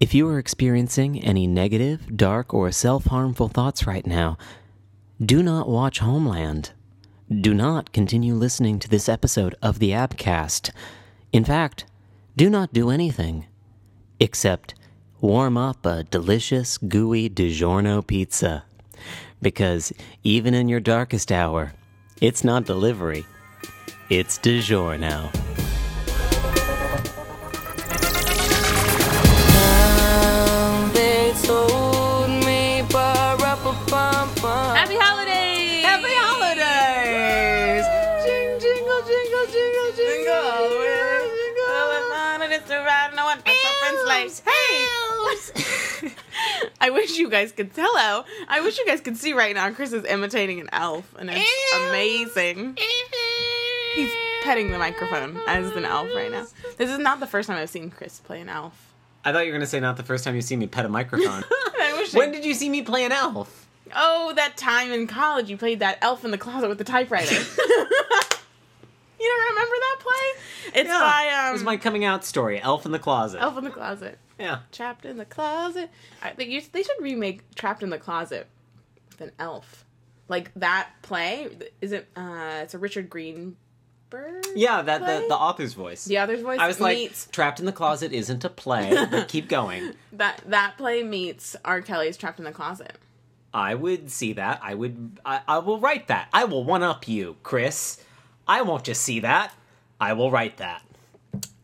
If you are experiencing any negative, dark, or self harmful thoughts right now, do not watch Homeland. Do not continue listening to this episode of the Abcast. In fact, do not do anything except warm up a delicious, gooey DiGiorno pizza. Because even in your darkest hour, it's not delivery, it's DiGiorno. They told me, but rap a bum bum. Happy holidays! Happy holidays! Jing, jingle, jingle, jingle, jingle. all the way. I wish you guys could tell how. I wish you guys could see right now. Chris is imitating an elf, and it's amazing. He's petting the microphone as an elf right now. This is not the first time I've seen Chris play an elf. I thought you were gonna say not the first time you see me pet a microphone. I wish. I- when did you see me play an elf? oh, that time in college you played that elf in the closet with the typewriter. you don't remember that play? It's by um, Oh. it was my coming out story, Elf in the Closet. Elf in the Closet. Yeah. Trapped in the closet. I think you, they should remake Trapped in the Closet with an elf. Like that play is it? Uh, it's a Richard Greenberg. Yeah, that the, Play? the author's voice. The other's voice I was like, meets trapped in the closet isn't a play. but keep going. that that play meets R. Kelly's Trapped in the Closet. I would see that. I would. I, I will write that. I will one up you, Chris. I won't just see that. I will write that.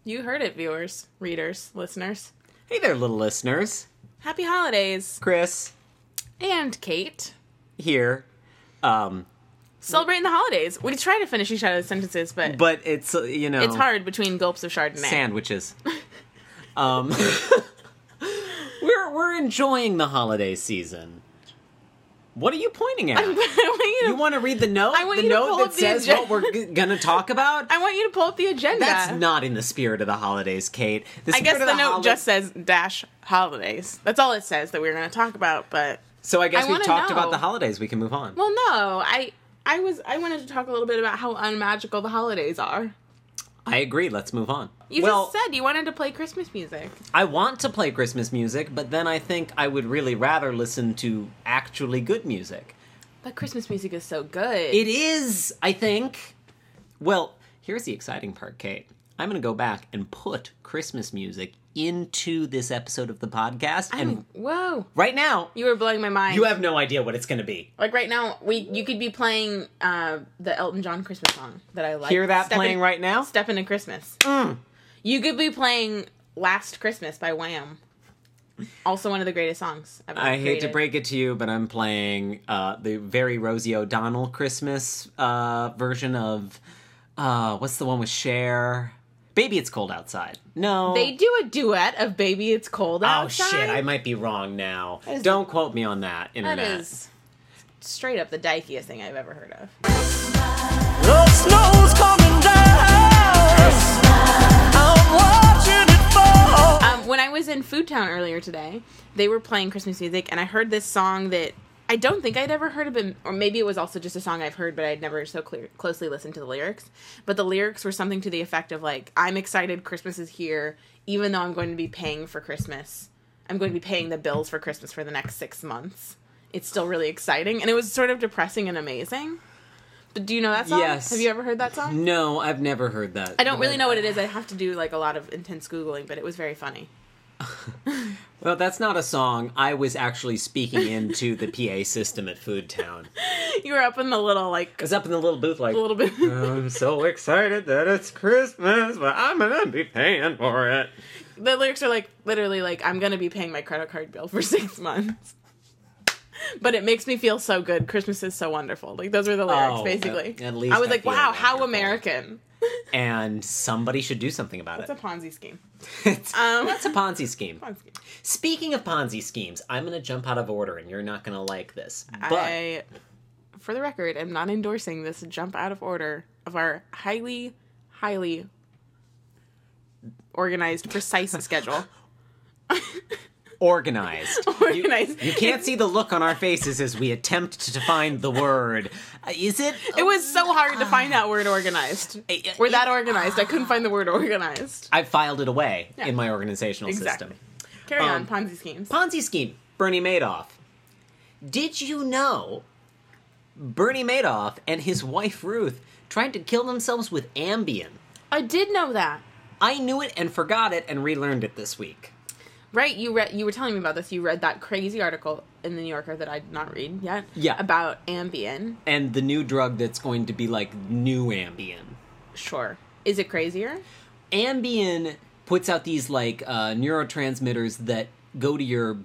You heard it, viewers, readers, listeners. Hey there, little listeners. Happy holidays Chris and Kate. here. Um, Celebrating the holidays. We try to finish each other's sentences, but, but it's uh, you know it's hard between gulps of Chardonnay. sandwiches. um, we're we're enjoying the holiday season. What are you pointing at? I want you to, you want to read the note? I want the you to note pull that up the says agenda. what we're g- gonna talk about. I want you to pull up the agenda. That's not in the spirit of the holidays, Kate. I guess spirit the, of note holi- just says dash holidays. That's all it says that we are going to talk about. But So I guess I we've wanna talked know. about the holidays. We can move on. well, no, I I was I wanted to talk a little bit about how unmagical the holidays are. I agree. Let's move on. You well, just said you wanted to play Christmas music. I want to play Christmas music, but then I think I would really rather listen to actually good music. But Christmas music is so good. It is, I think. Well, here's the exciting part, Kate. I'm going to go back and put Christmas music into this episode of the podcast. and I'm, whoa, right now, you were blowing my mind. you have no idea what it's going to be. like right now, we you could be playing uh, the Elton John Christmas song that I like. Hear that Step playing in, right now? Step into Christmas. Mm. You could be playing Last Christmas by Wham. Also, one of the greatest songs. Ever I hate to created. break it to you, but I'm playing uh, the very Rosie O'Donnell Christmas uh, version of uh, what's the one with Cher? Baby, it's cold outside. No, They do a duet of "Baby It's Cold Oh Outside." shit, I might be wrong now. Don't quote me on that. That Internet. is straight up the dykiest thing I've ever heard of. The snow's coming down. I'm watching it fall. Um, when I was in Food Town earlier today, they were playing Christmas music, and I heard this song that I don't think I'd ever heard of, it, or maybe it was also just a song I've heard, but I'd never so clear, closely listened to the lyrics. But the lyrics were something to the effect of like, "I'm excited, Christmas is here, even though I'm going to be paying for Christmas. I'm going to be paying the bills for Christmas for the next six months. It's still really exciting." And it was sort of depressing and amazing. But do you know that song? Yes. Have you ever heard that song? No, I've never heard that. I don't really know what it is. I have to do like a lot of intense googling, but it was very funny. Well, that's not a song. I was actually speaking into the PA system at Food Town. I You were up in the little like was up in the little booth, like, a little bit. I'm so excited that it's Christmas, but I'm gonna be paying for it. the lyrics are like literally like I'm gonna be paying my credit card bill for six months. But it makes me feel so good. Christmas is so wonderful. Like those are the lyrics, Oh, basically. at- at least I was I like, feel wow, how wonderful. American. And somebody should do something about It's a it. Ponzi scheme. It's- Um, that's a Ponzi scheme. Ponzi scheme. Speaking of Ponzi schemes, I'm gonna jump out of order, and you're not gonna like this. But I, for the record, am not endorsing this jump out of order of our highly, highly organized, precise schedule. organized. organized. You can't see the look on our faces as we attempt to find the word. Uh, Is it? uh, It was so hard to find that word organized. We're that organized. I couldn't find the word organized. I filed it away Yeah. in my organizational Exactly. system. Carry Um, on, Ponzi schemes. Ponzi scheme, Bernie Madoff. Did you know Bernie Madoff and his wife Ruth tried to kill themselves with Ambien? I did know that. I knew it and forgot it and relearned it this week. Right, you read. You were telling me about this. You read that crazy article in the New Yorker that I did not read yet. Yeah. About Ambien. And the new drug that's going to be like new Ambien. Sure. Is it crazier? Ambien puts out these like uh, neurotransmitters that go to your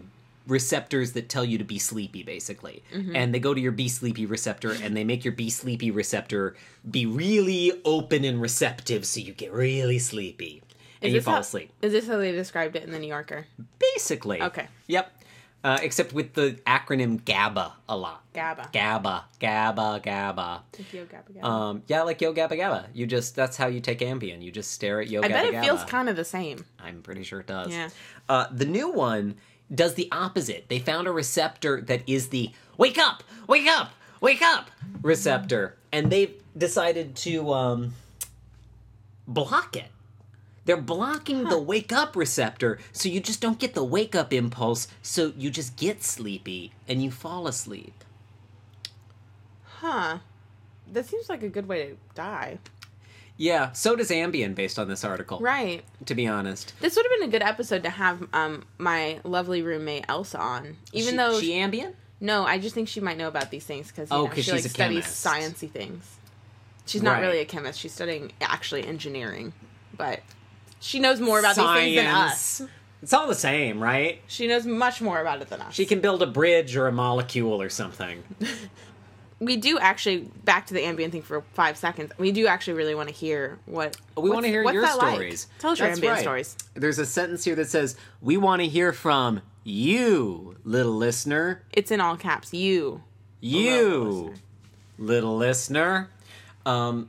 receptors that tell you to be sleepy, basically, Mm-hmm. and they go to your be sleepy receptor and they make your be sleepy receptor be really open and receptive, so you get really sleepy and Is you this fall how- asleep. Is this how they described it in the New Yorker? Basically, Okay. yep. Uh, except with the acronym GABA a lot. GABA. GABA, GABA, GABA. Yo, gabba, gabba. Um, yeah, like Yo Gabba Gabba. You just that's how you take Ambien. You just stare at Yo I Gabba bet it Gabba. feels kind of the same. I'm pretty sure it does. Yeah. Uh, the new one does the opposite. They found a receptor that is the wake up, wake up, wake up receptor, and they've decided to um, block it. They're blocking the wake up receptor, so you just don't get the wake up impulse, so you just get sleepy and you fall asleep. Huh. That seems like a good way to die. Yeah, so does Ambien based on this article, Right. to be honest. This would have been a good episode to have um my lovely roommate Elsa on. Even She- though she Ambien? no, I just think she might know about these things because Oh, know, 'cause she she's like a studies chemist. sciencey things. She's not Right. really a chemist. She's studying actually engineering, but she knows more about these things than us. Science. It's all the same, right? She knows much more about it than us. She can build a bridge or a molecule or something. we do actually back to the ambient thing for five seconds. We do actually really want to hear what We want to what's- hear what's your that like? stories. Tell us your That's ambient right. stories. There's a sentence here that says, "We want to hear from you, little listener. It's in all caps. You. You, little listener." Um,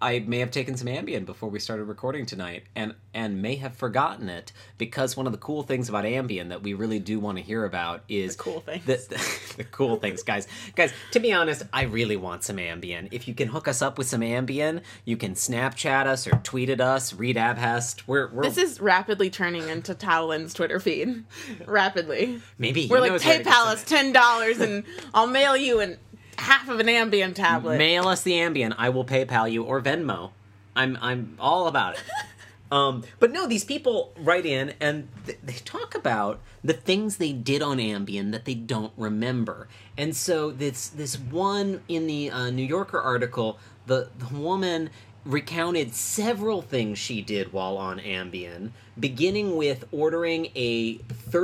I may have taken some Ambien before we started recording tonight, and and may have forgotten it because one of the cool things about Ambien that we really do want to hear about is cool things. The, the cool things, guys. Guys, to be honest, I really want some Ambien. If you can hook us up with some Ambien, you can Snapchat us or tweet at us. Read Abhest. We're we're This is rapidly turning into Talon's Twitter feed. rapidly. maybe he We're like knows where to get PayPal some us ten dollars and I'll mail you an half of an Ambien tablet. Mail us the Ambien. I will PayPal you or Venmo. I'm I'm all about it. um, but no, these people write in and th- they talk about the things they did on Ambien that they don't remember. And so this this one in the uh, New Yorker article, the, the woman recounted several things she did while on Ambien, beginning with ordering a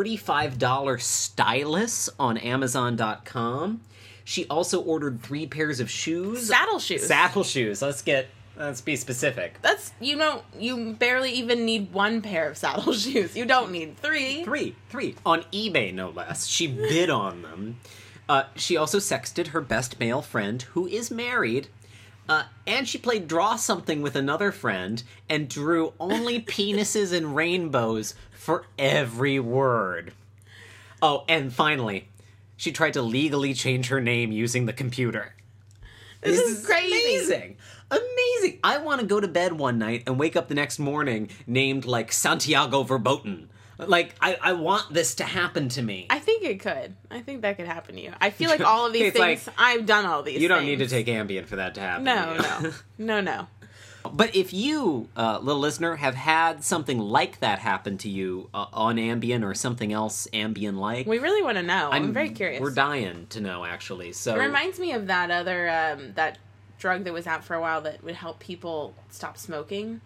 $35 stylus on Amazon.com. She also ordered three pairs of shoes. Saddle shoes. Saddle shoes. Let's get, let's be specific. That's you know you barely even need one pair of saddle shoes. You don't need three. Three, three. On eBay, no less. She bid on them. Uh, she also sexted her best male friend, who is married. Uh, and she played draw something with another friend and drew only penises and rainbows for every word. Oh, and finally, she tried to legally change her name using the computer. This, is, crazy. Amazing. Amazing. I want to go to bed one night and wake up the next morning named like Santiago Verboten. Like I, I want this to happen to me. I think it could. I think that could happen to you. I feel like all of these It's like, things I've done all these you don't things. need to take Ambien for that to happen. No, to you. no. No, no. But if you, uh, little listener, have had something like that happen to you uh, on Ambien or something else Ambien like, We really want to know. I'm, very curious. We're dying to know actually. So It reminds me of that other um, that drug that was out for a while that would help people stop smoking.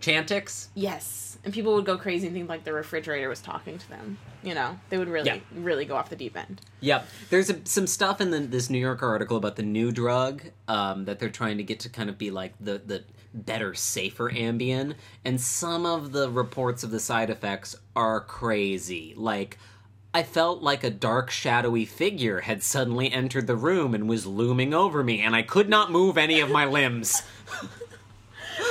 Chantix. Yes, and people would go crazy and think like the refrigerator was talking to them. You know, they would really, Yeah. really go off the deep end. Yep. There's a, some stuff in the, this New Yorker article about the new drug um, that they're trying to get to kind of be like the, the better, safer Ambien. And some of the reports of the side effects are crazy. Like, I felt like a dark, shadowy figure had suddenly entered the room and was looming over me, and I could not move any of my limbs.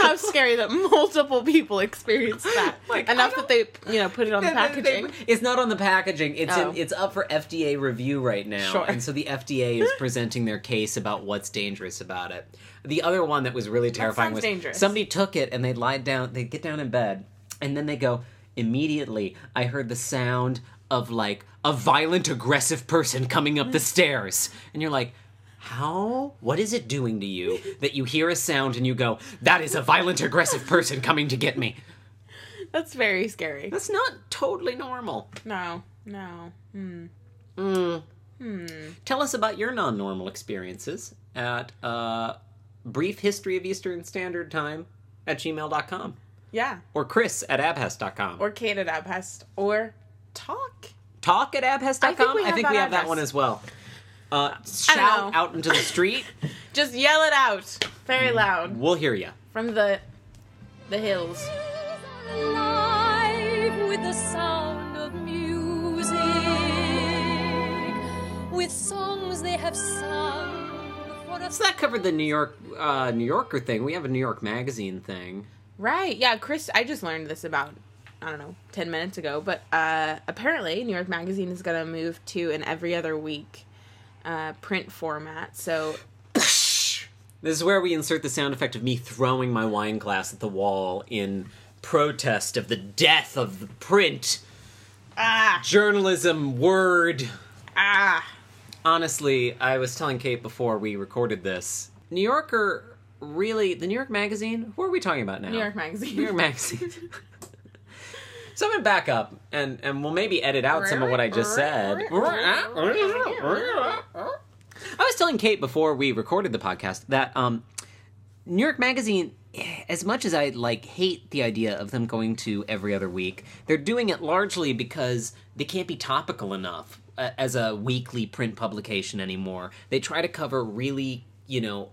How scary that multiple people experienced that. Like, I Enough that they, you know, put it on the They- they- packaging. It's not on the packaging. It's Oh. in, it's up for FDA review right now, Sure. and so the FDA is presenting their case about what's dangerous about it. The other one that was really terrifying sounds was dangerous. somebody took it and they lied down. They get down in bed and then they go. immediately I heard the sound of like a violent, aggressive person coming up the stairs. And you're like, how? What is it doing to you that you hear a sound and you go, that is a violent, aggressive person coming to get me? That's very scary. That's not totally normal. No, no. Tell us about your non normal experiences at uh, brief history of Eastern Standard Time at gmail.com Yeah. or chris at abhest.com Or Kate at Abhest. Or talk. talk at abhest.com. I think we have, that, address. one as well. Uh, shout know. out into the street. Just yell it out very Mm. loud we'll hear you. from the the hills. alive with the sound of music, with songs they have sung for a So that covered the New York uh, New Yorker thing. We have a New York magazine thing. Right. Yeah, Chris, I just learned this about I don't know, 10 minutes ago, but uh apparently New York Magazine is going to move to an every other week uh print format. So, This is where we insert the sound effect of me throwing my wine glass at the wall in protest of the death of the print. ah, Journalism word. ah. honestly, I was telling Kate before we recorded this. New Yorker, really, the New York Magazine? What are we talking about now? New York Magazine. New York Magazine. so I'm gonna back up and and we'll maybe edit out some of what I just said. I was telling Kate before we recorded the podcast that um, New York Magazine. As much as I like hate the idea of them going to every other week, they're doing it largely because they can't be topical enough uh, as a weekly print publication anymore. They try to cover really, you know,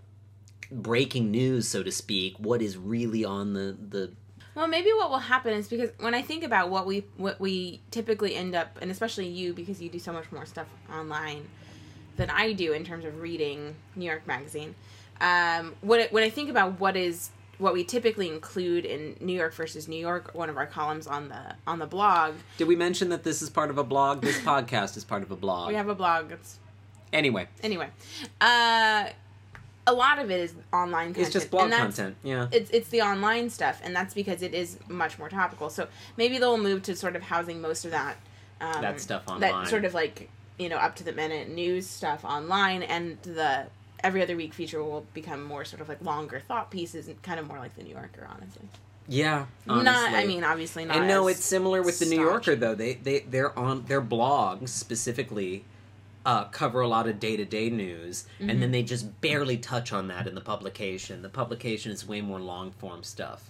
breaking news, so to speak, what is really on the the Well, maybe what will happen is because when I think about what we what we typically end up, and especially you because you do so much more stuff online than I do in terms of reading New York Magazine. Um, when I, when I think about what is what we typically include in New York versus New York, one of our columns on the on the blog, Did we mention that this is part of a blog? This podcast is part of a blog. we have a blog. It's anyway, anyway, uh, a lot of it is online. Content, it's just blog and that's- content. Yeah. it's it's the online stuff, and that's because it is much more topical. So maybe they'll move to sort of housing most of that um, That stuff online. that sort of like you know up to the minute news stuff online, and the every other week feature will become more sort of like longer thought pieces, and kind of more like the New Yorker, honestly. yeah. Not, I honestly. mean, obviously not. And no, as- it's similar with the New staunch. Yorker though. They they they're on their blogs specifically uh, cover a lot of day to day news, and Mm-hmm. then they just barely touch on that in the publication. The publication is way more long form stuff.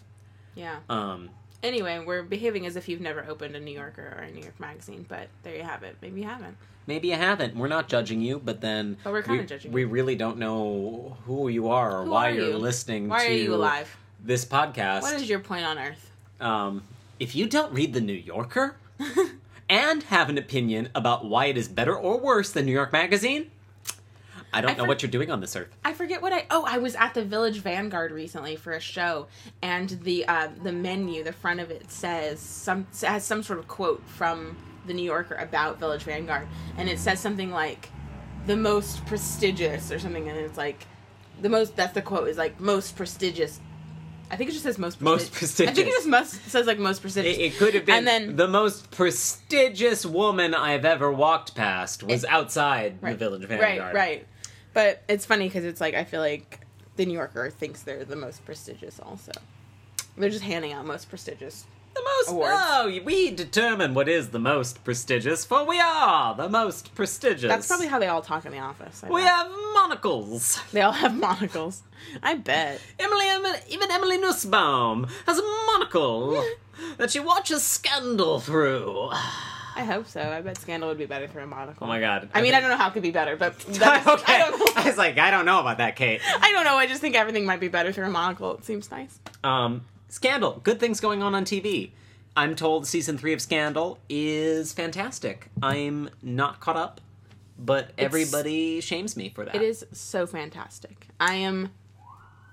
yeah. Um, Anyway, we're behaving as if you've never opened a New Yorker or a New York magazine, but there you have it. Maybe you haven't. maybe you haven't. We're not judging you, but then But we're we, kinda judging we really don't know who you are or Who why are you're you? listening. Why to are you alive? This podcast. What is your point on earth? um, if you don't read The New Yorker and have an opinion about why it is better or worse than New York Magazine, I don't I know for- what you're doing on this earth. I forget what I oh I was at the Village Vanguard recently for a show, and the uh, the menu the front of it says some has some sort of quote from the New Yorker about Village Vanguard, and it says something like the most prestigious or something, and it's like the most that's the quote is like most prestigious. I think it just says most Most presti- I think it prestigious. just must, says like most prestigious. It, it could have been and then the most prestigious woman I've ever walked past was outside the Right. Village Vanguard. Right, right. But it's funny because it's like I feel like the New Yorker thinks they're the most prestigious. Also, they're just handing out most prestigious. The most. Awards. Oh, we determine what is the most prestigious, for we are the most prestigious. That's probably how they all talk in the office. I we bet. have monocles. They all have monocles. I bet. Emily, Emily, even Emily Nussbaum has a monocle that she watches Scandal through. I hope so. I bet Scandal would be better for a Oh monocle. my god. I mean, I think- don't know how it could be better, but that's, I don't know. I was like, I don't know about that, Kate. I don't know. I just think everything might be better through a monocle. It seems nice. Um, Scandal. Good things going on on TV. I'm told season three of Scandal is fantastic. I'm not caught up, but everybody shames me for that. It is so fantastic. I am,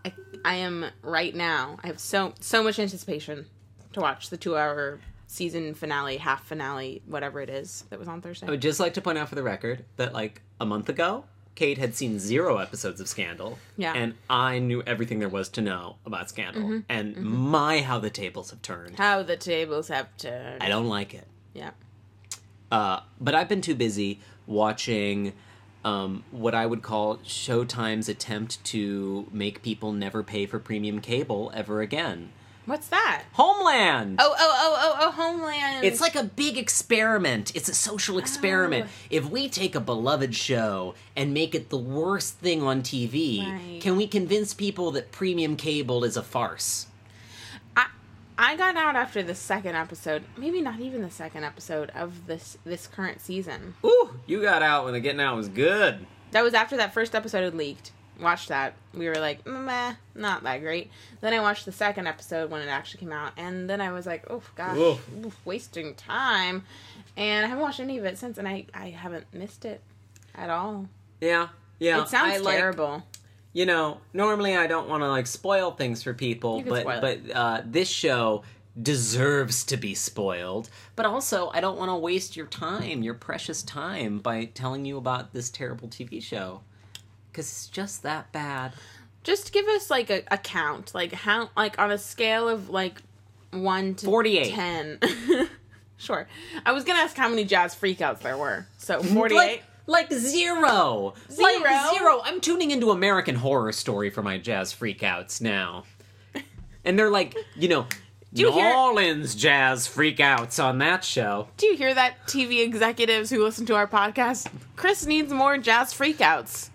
I, I am right now. I have so so much anticipation to watch the two-hour season finale, half finale, whatever it is that was on Thursday. Oh, I would just like to point out for the record that like a month ago, Kate had seen zero episodes of Scandal. Yeah. Mm-hmm. And I knew everything there was to know about Scandal. And my, how the tables have turned. How the tables have turned. I don't like it. Yeah. Uh, but I've been too busy watching um, what I would call Showtime's attempt to make people never pay for premium cable ever again. What's that? Homeland! Oh, oh, oh, oh, oh, Homeland. It's like a big experiment. It's a social experiment. Oh. If we take a beloved show and make it the worst thing on TV, Right. can we convince people that premium cable is a farce? I, I got out after the second episode, maybe not even the second episode of this this current season. Ooh, you got out when the getting out was good. That was after that first episode had leaked. Watched that. We were like, "Mm, meh, not that great. Then I watched the second episode when it actually came out, and then I was like, oh gosh, Oof. oof, wasting time. And I haven't watched any of it since, and I, I haven't missed it at all. Yeah, yeah. it sounds I like- terrible. you know, normally I don't want to like spoil things for people, can but spoil but uh, this show deserves to be spoiled. But also, I don't want to waste your time, your precious time, by telling you about this terrible TV show because it's just that bad. Just give us like a, a count, like how, like on a scale of like one to 48. ten. sure. I was gonna ask how many jazz freakouts there were. So forty-eight. Like, like zero. Zero? Like zero. I'm tuning into American Horror Story for my jazz freakouts now. And they're like, you know, New you hear- Orleans jazz freakouts on that show. Do you hear that, TV executives who listen to our podcast? Chris needs more jazz freakouts.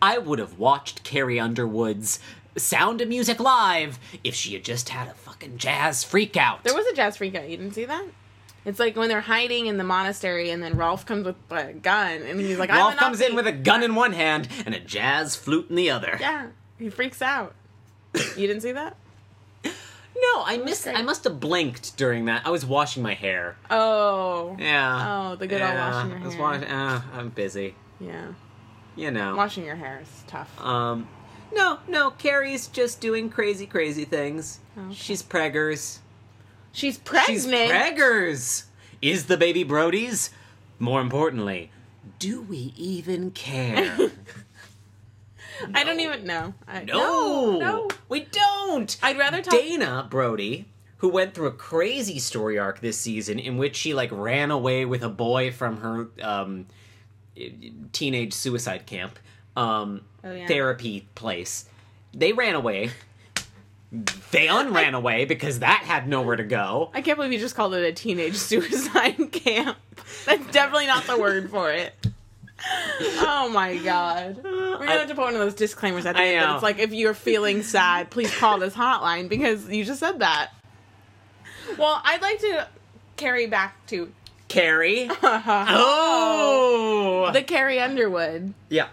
I would have watched Carrie Underwood's Sound of Music live if she had just had a fucking jazz freakout. There was a jazz freakout. You didn't see that? It's like when they're hiding in the monastery, and then Rolf comes with a gun, and he's like, Rolf "I'm comes in with a gun in one hand and a jazz flute in the other. yeah." He freaks out. You didn't see that? No, I missed. great. I must have blinked during that. I was washing my hair. Oh, Yeah. Oh, the good old washing your I was hair. washing. Uh, I'm busy. yeah. You know. Washing your hair is tough. Um. No, no. Carrie's just doing crazy, crazy things. She's preggers. She's pregnant. She's preggers. Is the baby Brody's? More importantly, do we even care? I don't even know. I, no, no, no. we don't. I'd rather talk. Dana Brody, who went through a crazy story arc this season in which she like ran away with a boy from her um, teenage suicide camp um, Oh, yeah. therapy place. They ran away. They unran away because that had nowhere to go. I can't believe you just called it a teenage suicide camp. That's definitely not the word for it. Oh my god. We're gonna I- have to put one of those disclaimers at the I end. that know. It's like if you're feeling sad, please call this hotline because you just said that. Well, I'd like to carry back to Carrie. oh. the Carrie Underwood yeah.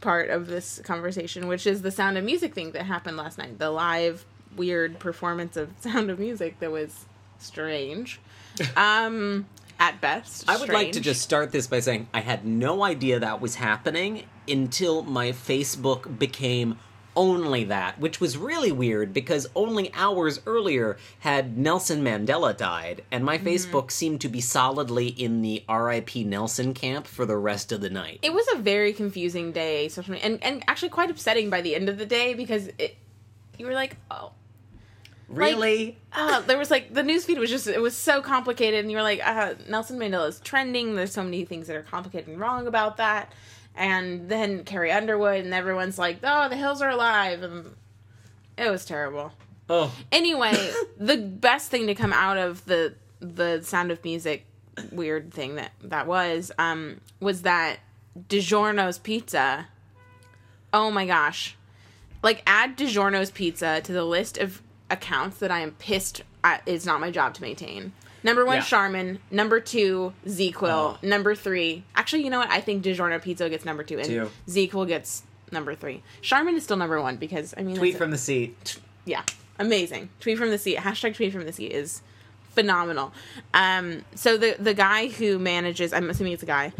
part of this conversation, which is the Sound of Music thing that happened last night. The live weird performance of Sound of Music that was strange. Um at best. I would like to strange. just start this by saying I had no idea that was happening until my Facebook became only that, which was really weird because only hours earlier had Nelson Mandela died, and Mm-hmm. my Facebook seemed to be solidly in the RIP Nelson camp for the rest of the night. it was a very confusing day social media and, and actually quite upsetting by the end of the day because it you were like oh really? uh, there was like the newsfeed was just it was so complicated and you were like uh, nelson mandela is trending there's so many things that are complicated and wrong about that and then carrie underwood and everyone's like oh the hills are alive and it was terrible oh. anyway, the best thing to come out of the the Sound of Music weird thing that that was um was that DiGiorno's pizza. Oh my gosh. Like add DiGiorno's pizza to the list of accounts that I am pissed at it's not my job to maintain. Number one, Yeah. Oh. Charmin. Number two, ZQuil. Number three, actually, you know what? I think DiGiorno Pizza gets number two, and Two. ZQuil gets number three. Charmin is still number one because I mean, Tweet that's a- from the seat. yeah amazing tweet from the seat hashtag tweet from the seat is phenomenal um so the the guy who manages i'm assuming it's a guy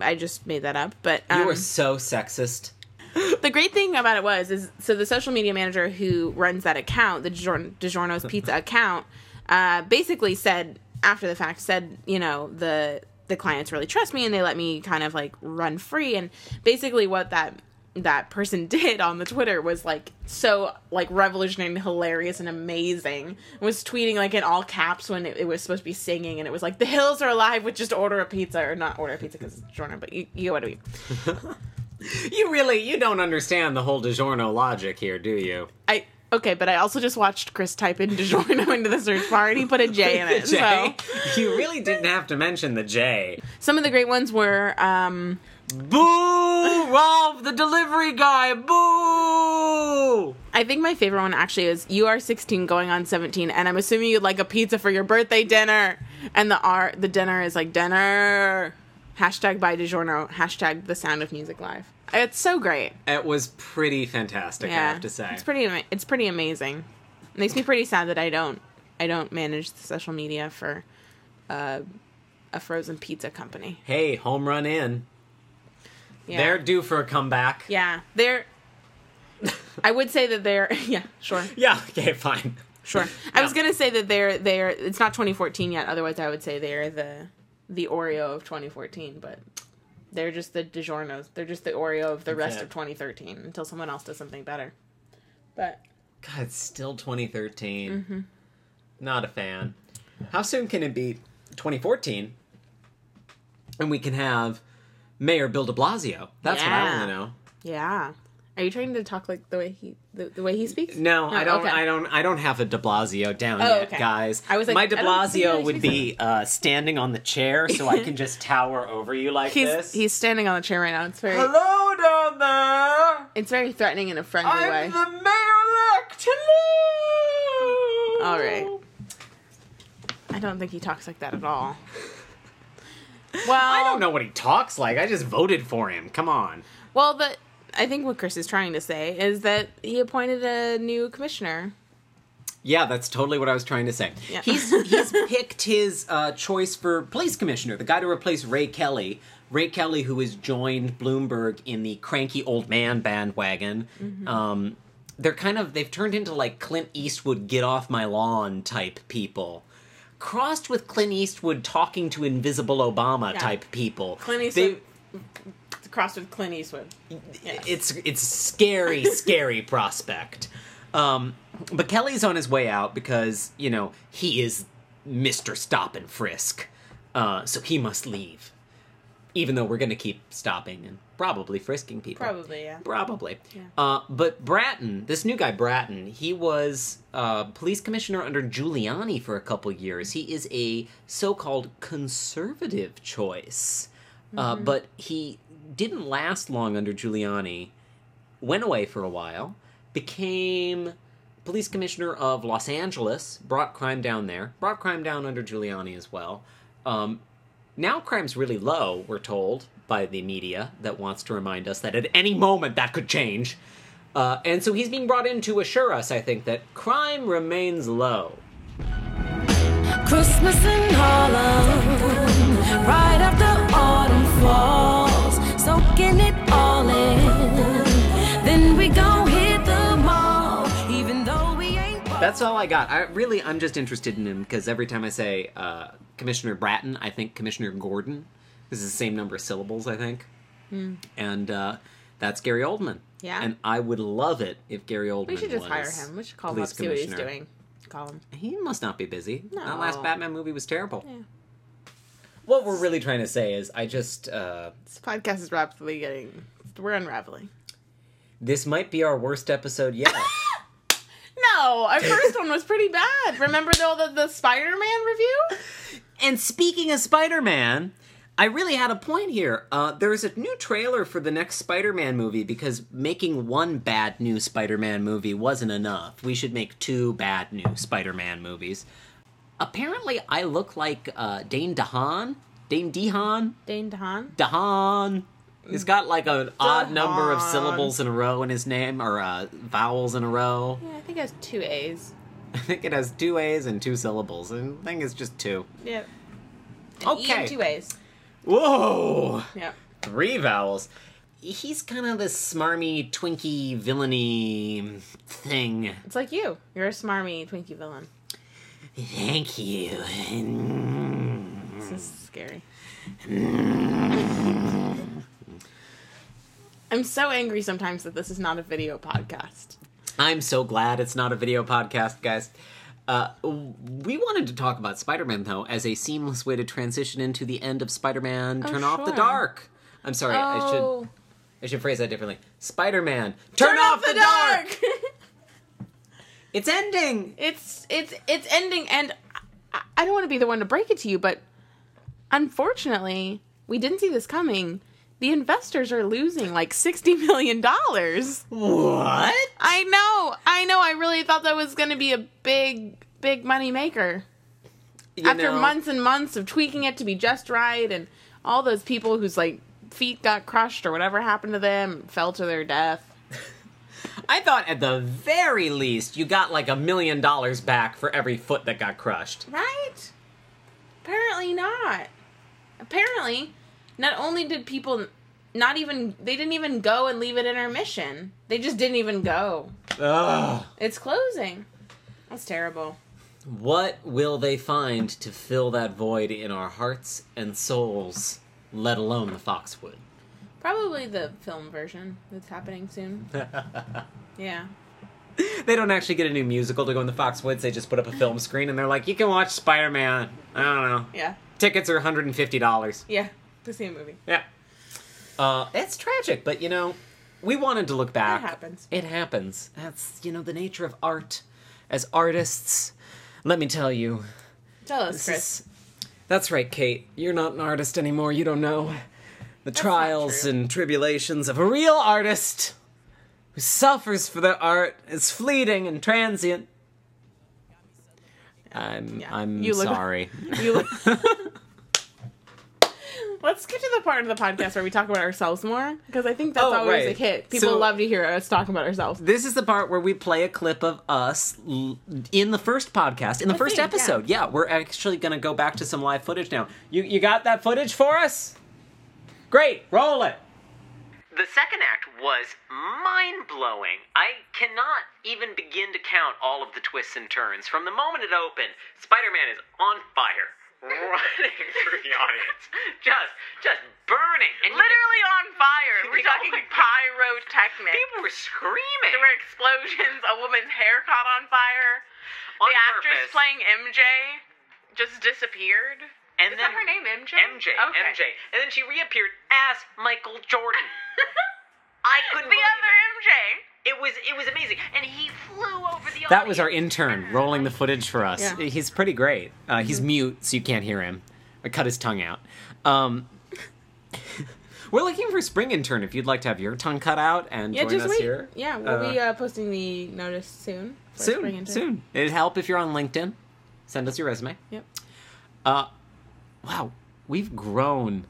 i just made that up but um, You are so sexist. the great thing about it was is so the social media manager who runs that account, the DiGior- DiGiorno's Pizza account, uh, basically said after the fact said you know the the clients really trust me and they let me kind of like run free and basically what that that person did on the Twitter was like so like revolutionary and hilarious and amazing. Was tweeting like in all caps when it, it was supposed to be singing, and it was like the hills are alive with just order a pizza or not order a pizza because it's Jordan, but you, you get what I mean. You really you don't understand the whole DiGiorno logic here, do you? I okay, but I also just watched Chris type in DiGiorno into the search bar and he put a J in it. J? So You really didn't have to mention the J. some of the great ones were um, Boo! Rolf, the delivery guy. Boo! I think my favorite one actually is you are 16 going on 17 and I'm assuming you'd like a pizza for your birthday dinner and the R the dinner is like dinner hashtag by DiGiorno hashtag the sound of music live. It's so great. It was pretty fantastic, I have to say. It's pretty. ama- It's pretty amazing. It makes me pretty sad that I don't. I don't manage the social media for uh, a frozen pizza company. hey, home run in. Yeah. They're due for a comeback. yeah. They're. I would say that they're. Yeah. Sure. Yeah, okay, fine. Sure. I was gonna say that they're. They're. It's not 2014 yet. Otherwise, I would say they're the the Oreo of 2014. But they're just the DiGiornos. They're just the Oreo of the rest it. of 2013 until someone else does something better. But God, it's still 2013. Not a fan. How soon can it be 2014? And we can have Mayor Bill de Blasio. That's what I Yeah. want to know. Yeah. Are you trying to talk like the way he the, the way he speaks? No, I don't. Oh, okay. I don't. I don't have a De Blasio down Oh, yet, okay. guys. I was like, my I De don't think Blasio he would actually be uh, standing on the chair, so I can just tower over you like He's this. he's standing on the chair right now. It's very Hello down there. it's very threatening in a friendly way. the mayor-elect. Hello. All right. I don't think he talks like that at all. Well, I don't know what he talks like. I just voted for him. Come on. Well, the I think what Chris is trying to say is that he appointed a new commissioner. Yeah, that's totally what I was trying to say. Yeah. He's he's picked his uh, choice for police commissioner, the guy to replace Ray Kelly. Ray Kelly, who has joined Bloomberg in the cranky old man bandwagon. Mm-hmm. Um, they're kind of they've turned into like Clint Eastwood get off my lawn type people. Crossed with Clint Eastwood talking to invisible Obama Yeah. type people. Clint They- Eastwood. crossed with Clint Eastwood. Yeah. it's it's scary, scary prospect. Um, but Kelly's on his way out because you know he is Mister Stop and Frisk, uh, so he must leave. Even though we're going to keep stopping and probably frisking people. Probably, yeah. Probably. Uh, but Bratton, this new guy Bratton, he was uh, police commissioner under Giuliani for a couple years. He is a so-called conservative choice, uh, Mm-hmm. but he didn't last long under Giuliani. Went away for a while, became police commissioner of Los Angeles, brought crime down there, brought crime down under Giuliani as well. Um, now crime's really low, we're told by the media that wants to remind us that at any moment that could change. Uh, and so he's being brought in to assure us, I think, that crime remains low. Christmas in Harlem, right after autumn falls, soaking it all in. Then we gon' hit the mall, even though we ain't. That's all I got. I really, I'm just interested in him because every time I say uh, Commissioner Bratton, I think Commissioner Gordon. This is the same number of syllables, I think. And uh, that's Gary Oldman. Hmm. Yeah. And I would love it if Gary Oldman. We should just was hire him. We should call him police up see what he's commissioner. doing. Call him. He must not be busy. That No. last Batman movie was terrible. What we're really trying to say is, I just uh, This podcast is rapidly getting we're unraveling. this might be our worst episode yet. No, our first one was pretty bad. Remember the the, the Spider Man review? and speaking of Spider-Man, I really had a point here. Uh, there is a new trailer for the next Spider-Man movie because making one bad new Spider-Man movie wasn't enough. We should make two bad new Spider-Man movies. Apparently, I look like uh, Dane DeHaan. Dane DeHaan. Dane DeHaan. Dahan. He's got like an odd number of Dahan. syllables in a row in his name, or uh, vowels in a row. Yeah, I think it has two A's. I think it has two A's and two syllables. and I think it's just two. Yeah. E Okay. and two A's. Whoa! Yeah. Three vowels. He's kind of this smarmy, twinky, villainy thing. It's like you. You're a smarmy Twinkie villain. Thank you. This is scary. I'm so angry sometimes that this is not a video podcast. I'm so glad it's not a video podcast, guys. Uh, we wanted to talk about Spider Man, though, as a seamless way to transition into the end of Spider Man Turn Off the sure. Dark. I'm sorry, I should Oh. I should phrase that differently. Spider Man, turn, off, the, dark! It's ending! it's it's it's ending, and I, I don't want to be the one to break it to you, but unfortunately, we didn't see this coming. The investors are losing like sixty million dollars. What? I know, I know. I really thought that was going to be a big, big money maker. You After know, months and months of tweaking it to be just right, and all those people whose like feet got crushed or whatever happened to them fell to their death. I thought at the very least you got like a million dollars back for every foot that got crushed. Right? Apparently not. Apparently, not only did people not even they didn't even go and leave it intermission. They just didn't even go. Ugh. It's closing. That's terrible. What will they find to fill that void in our hearts and souls, let alone the Foxwood? Probably the film version that's happening soon. yeah. They don't actually get a new musical to go in the Foxwoods. They just put up a film screen and they're like, you can watch Spider Man. I don't know. Yeah. Tickets are $150. Yeah. To see a movie. Yeah. Uh, it's tragic, but you know, we wanted to look back. happens. It happens. That's, you know, the nature of art. As artists, let me tell you, Tell us, This Chris. is- That's right, Kate. You're not an artist anymore. You don't know the trials true. and tribulations of a real artist who suffers for their art is fleeting and transient. I'm Yeah. I'm You look- sorry. You Let's get to the part of the podcast where we talk about ourselves more because I think that's Oh, always right. a hit. People So- love to hear us talking about ourselves. this is the part where we play a clip of us l- in the first podcast, in the first think, yeah. episode. Yeah. we're actually going to go back to some live footage now. You you got that footage for us? Great, roll it. The second act was mind blowing. I cannot even begin to count all of the twists and turns. From the moment it opened, Spider Man is on fire, running through the audience, just just burning, and you can- Literally on fire. We're The talking only- pyrotechnics. Oh people were screaming. There were explosions. A woman's hair caught on fire. on the actress purpose. playing MJ just disappeared. And Is then that her name, MJ? MJ, Okay. MJ, and then she reappeared as Michael Jordan. I The couldn't. believe other it. MJ. It was it was amazing, and he flew over the. That was our intern rolling the footage for us. Yeah. Mm-hmm. He's pretty great. Uh, he's mute, so you can't hear him. I cut his tongue out. Um, we're looking for a spring intern. If you'd like to have your tongue cut out and Yeah, join just us wait. here, Yeah, we'll be uh, posting the notice soon. for spring soon, intern. soon. It'd help if you're on LinkedIn. Send us your resume. Yep. Wow, we've grown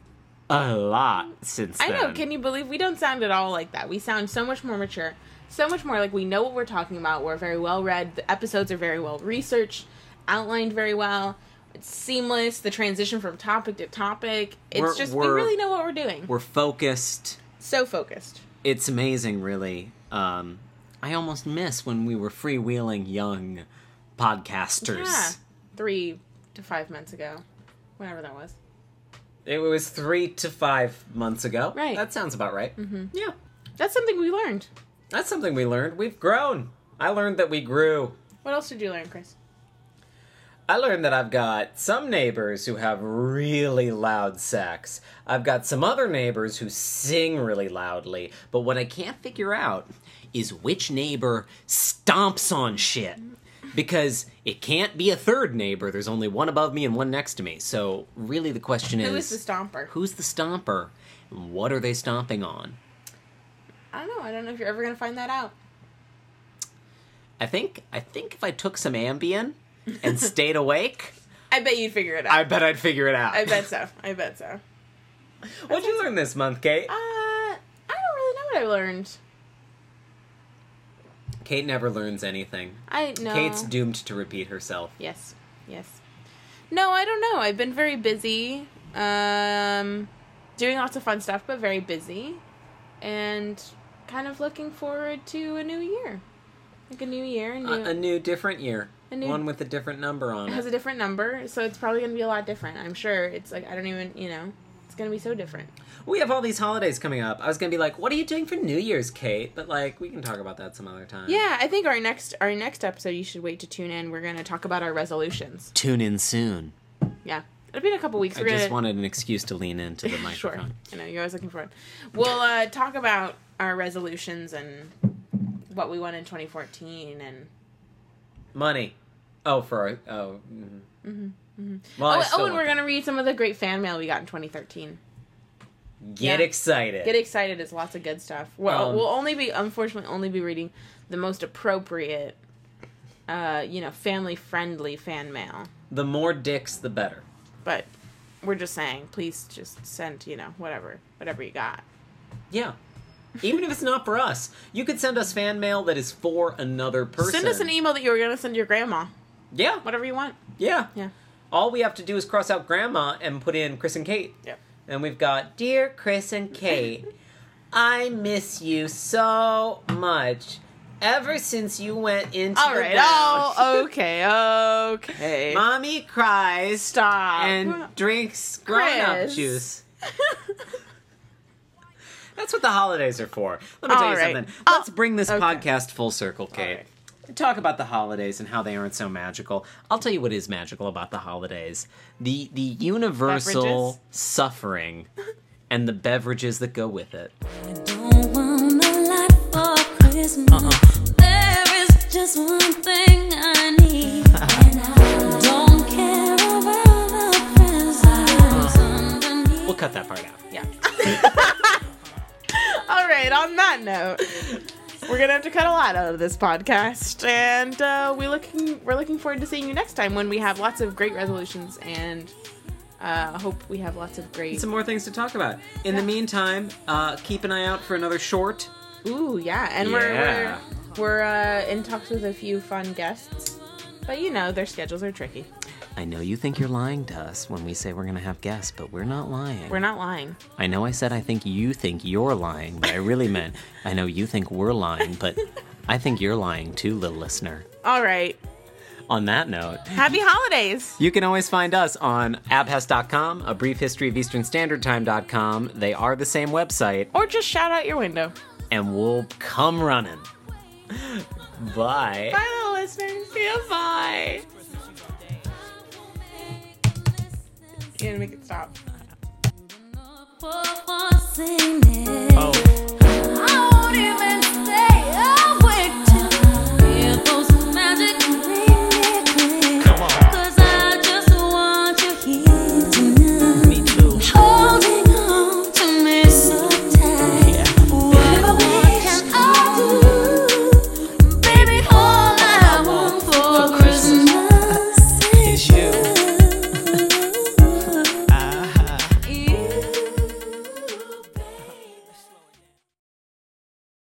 a lot since. I know. then. Can you believe we don't sound at all like that? We sound so much more mature, so much more like we know what we're talking about. We're very well read. The episodes are very well researched, outlined very well. It's seamless. The transition from topic to topic. It's We're- just we we're- really know what we're doing. We're focused. so focused. It's amazing, really. Um, I almost miss when we were freewheeling young podcasters. Yeah, three to five months ago, whenever that was. It was three to five months ago. Right. That sounds about right. Mm-hmm. Yeah. That's something we learned. That's something we learned. We've grown. I learned that we grew. What else did you learn, Chris? I learned that I've got some neighbors who have really loud sex. I've got some other neighbors who sing really loudly. But what I can't figure out is which neighbor stomps on shit. Because it can't be a third neighbor. There's only one above me and one next to me. So really the question Who is is the stomper? who's the stomper? And what are they stomping on? I don't know. I don't know if you're ever gonna find that out. I think I think if I took some Ambien and stayed awake, I bet you'd figure it out. I bet I'd figure it out. I bet so. I bet so. What'd you learn this month, Kate? Uh, I don't really know what I learned. Kate never learns anything. I know. Kate's doomed to repeat herself. yes, yes. No, I don't know. I've been very busy, um, doing lots of fun stuff, but very busy, and kind of looking forward to a new year, like a new year, a new Uh, A, a new, different year. A new One with a different number on has a it. different number, so it's probably gonna be a lot different. I'm sure. It's like I don't even, you know, it's gonna be so different. We have all these holidays coming up. I was gonna be like, "What are you doing for New Year's, Kate?" But like, we can talk about that some other time. Yeah, I think our next our next episode, you should wait to tune in. We're gonna talk about our resolutions. Tune in soon. Yeah, it'll be in a couple weeks. I We're just gonna- wanted an excuse to lean into the Sure. microphone. I know you're always looking for it. We'll uh, talk about our resolutions and what we want in 2014 and Money. Oh, for our, oh. Mm-hmm. Well, I oh, still oh, and we're want gonna read some of the great fan mail we got in 2013. that. get yeah. excited. Get excited! It's lots of good stuff. Well, Um, we'll only be unfortunately only be reading the most appropriate, uh, you know, family friendly fan mail. the more dicks, the better. But we're just saying, please just send you know whatever whatever you got. Yeah. Even if it's not for us, you could send us fan mail that is for another person. Send us an e- email that you were gonna send your grandma. Yeah, Whatever you want. yeah, Yeah. All we have to do is cross out grandma and put in Chris and Kate. Yep. And we've got Dear Chris and Kate, I miss you so much. Ever since you went into All the right. ground, Oh, okay. Okay. mommy cries Stop. and drinks grown up Chris. juice. That's what the holidays are for. Let me tell All you right. something. Oh, Let's bring this okay. podcast full circle, Kate. All Talk about the holidays and how they aren't so magical. I'll tell you what is magical about the holidays: the the universal Beverages? suffering and the beverages that go with it. Don't want a lot for Christmas. There is just one thing I need, and I don't care about the presents underneath. We'll cut that part out. yeah. All right. On that note, we're gonna have to cut a lot out of this podcast, and uh, we looking we're looking forward to seeing you next time when we have lots of great resolutions and. Uh, hope we have lots of great. Some more things to talk about. In the meantime, uh, keep an eye out for another short. Ooh, yeah, and Yeah. we're we're, we're uh, in talks with a few fun guests, but you know their schedules are tricky. I know you think you're lying to us when we say we're gonna have guests, but we're not lying. We're not lying. I know I said I think you think you're lying, but I really meant I know you think we're lying, but I think you're lying too, little listener. All right, On that note. happy holidays. You can always find us on abhest.com, a brief history of Eastern Standard Time.com. They are the same website, or just shout out your window. and we'll come running. Bye. Bye, little listeners. Yeah, bye. You gotta make it stop. For singing. Oh.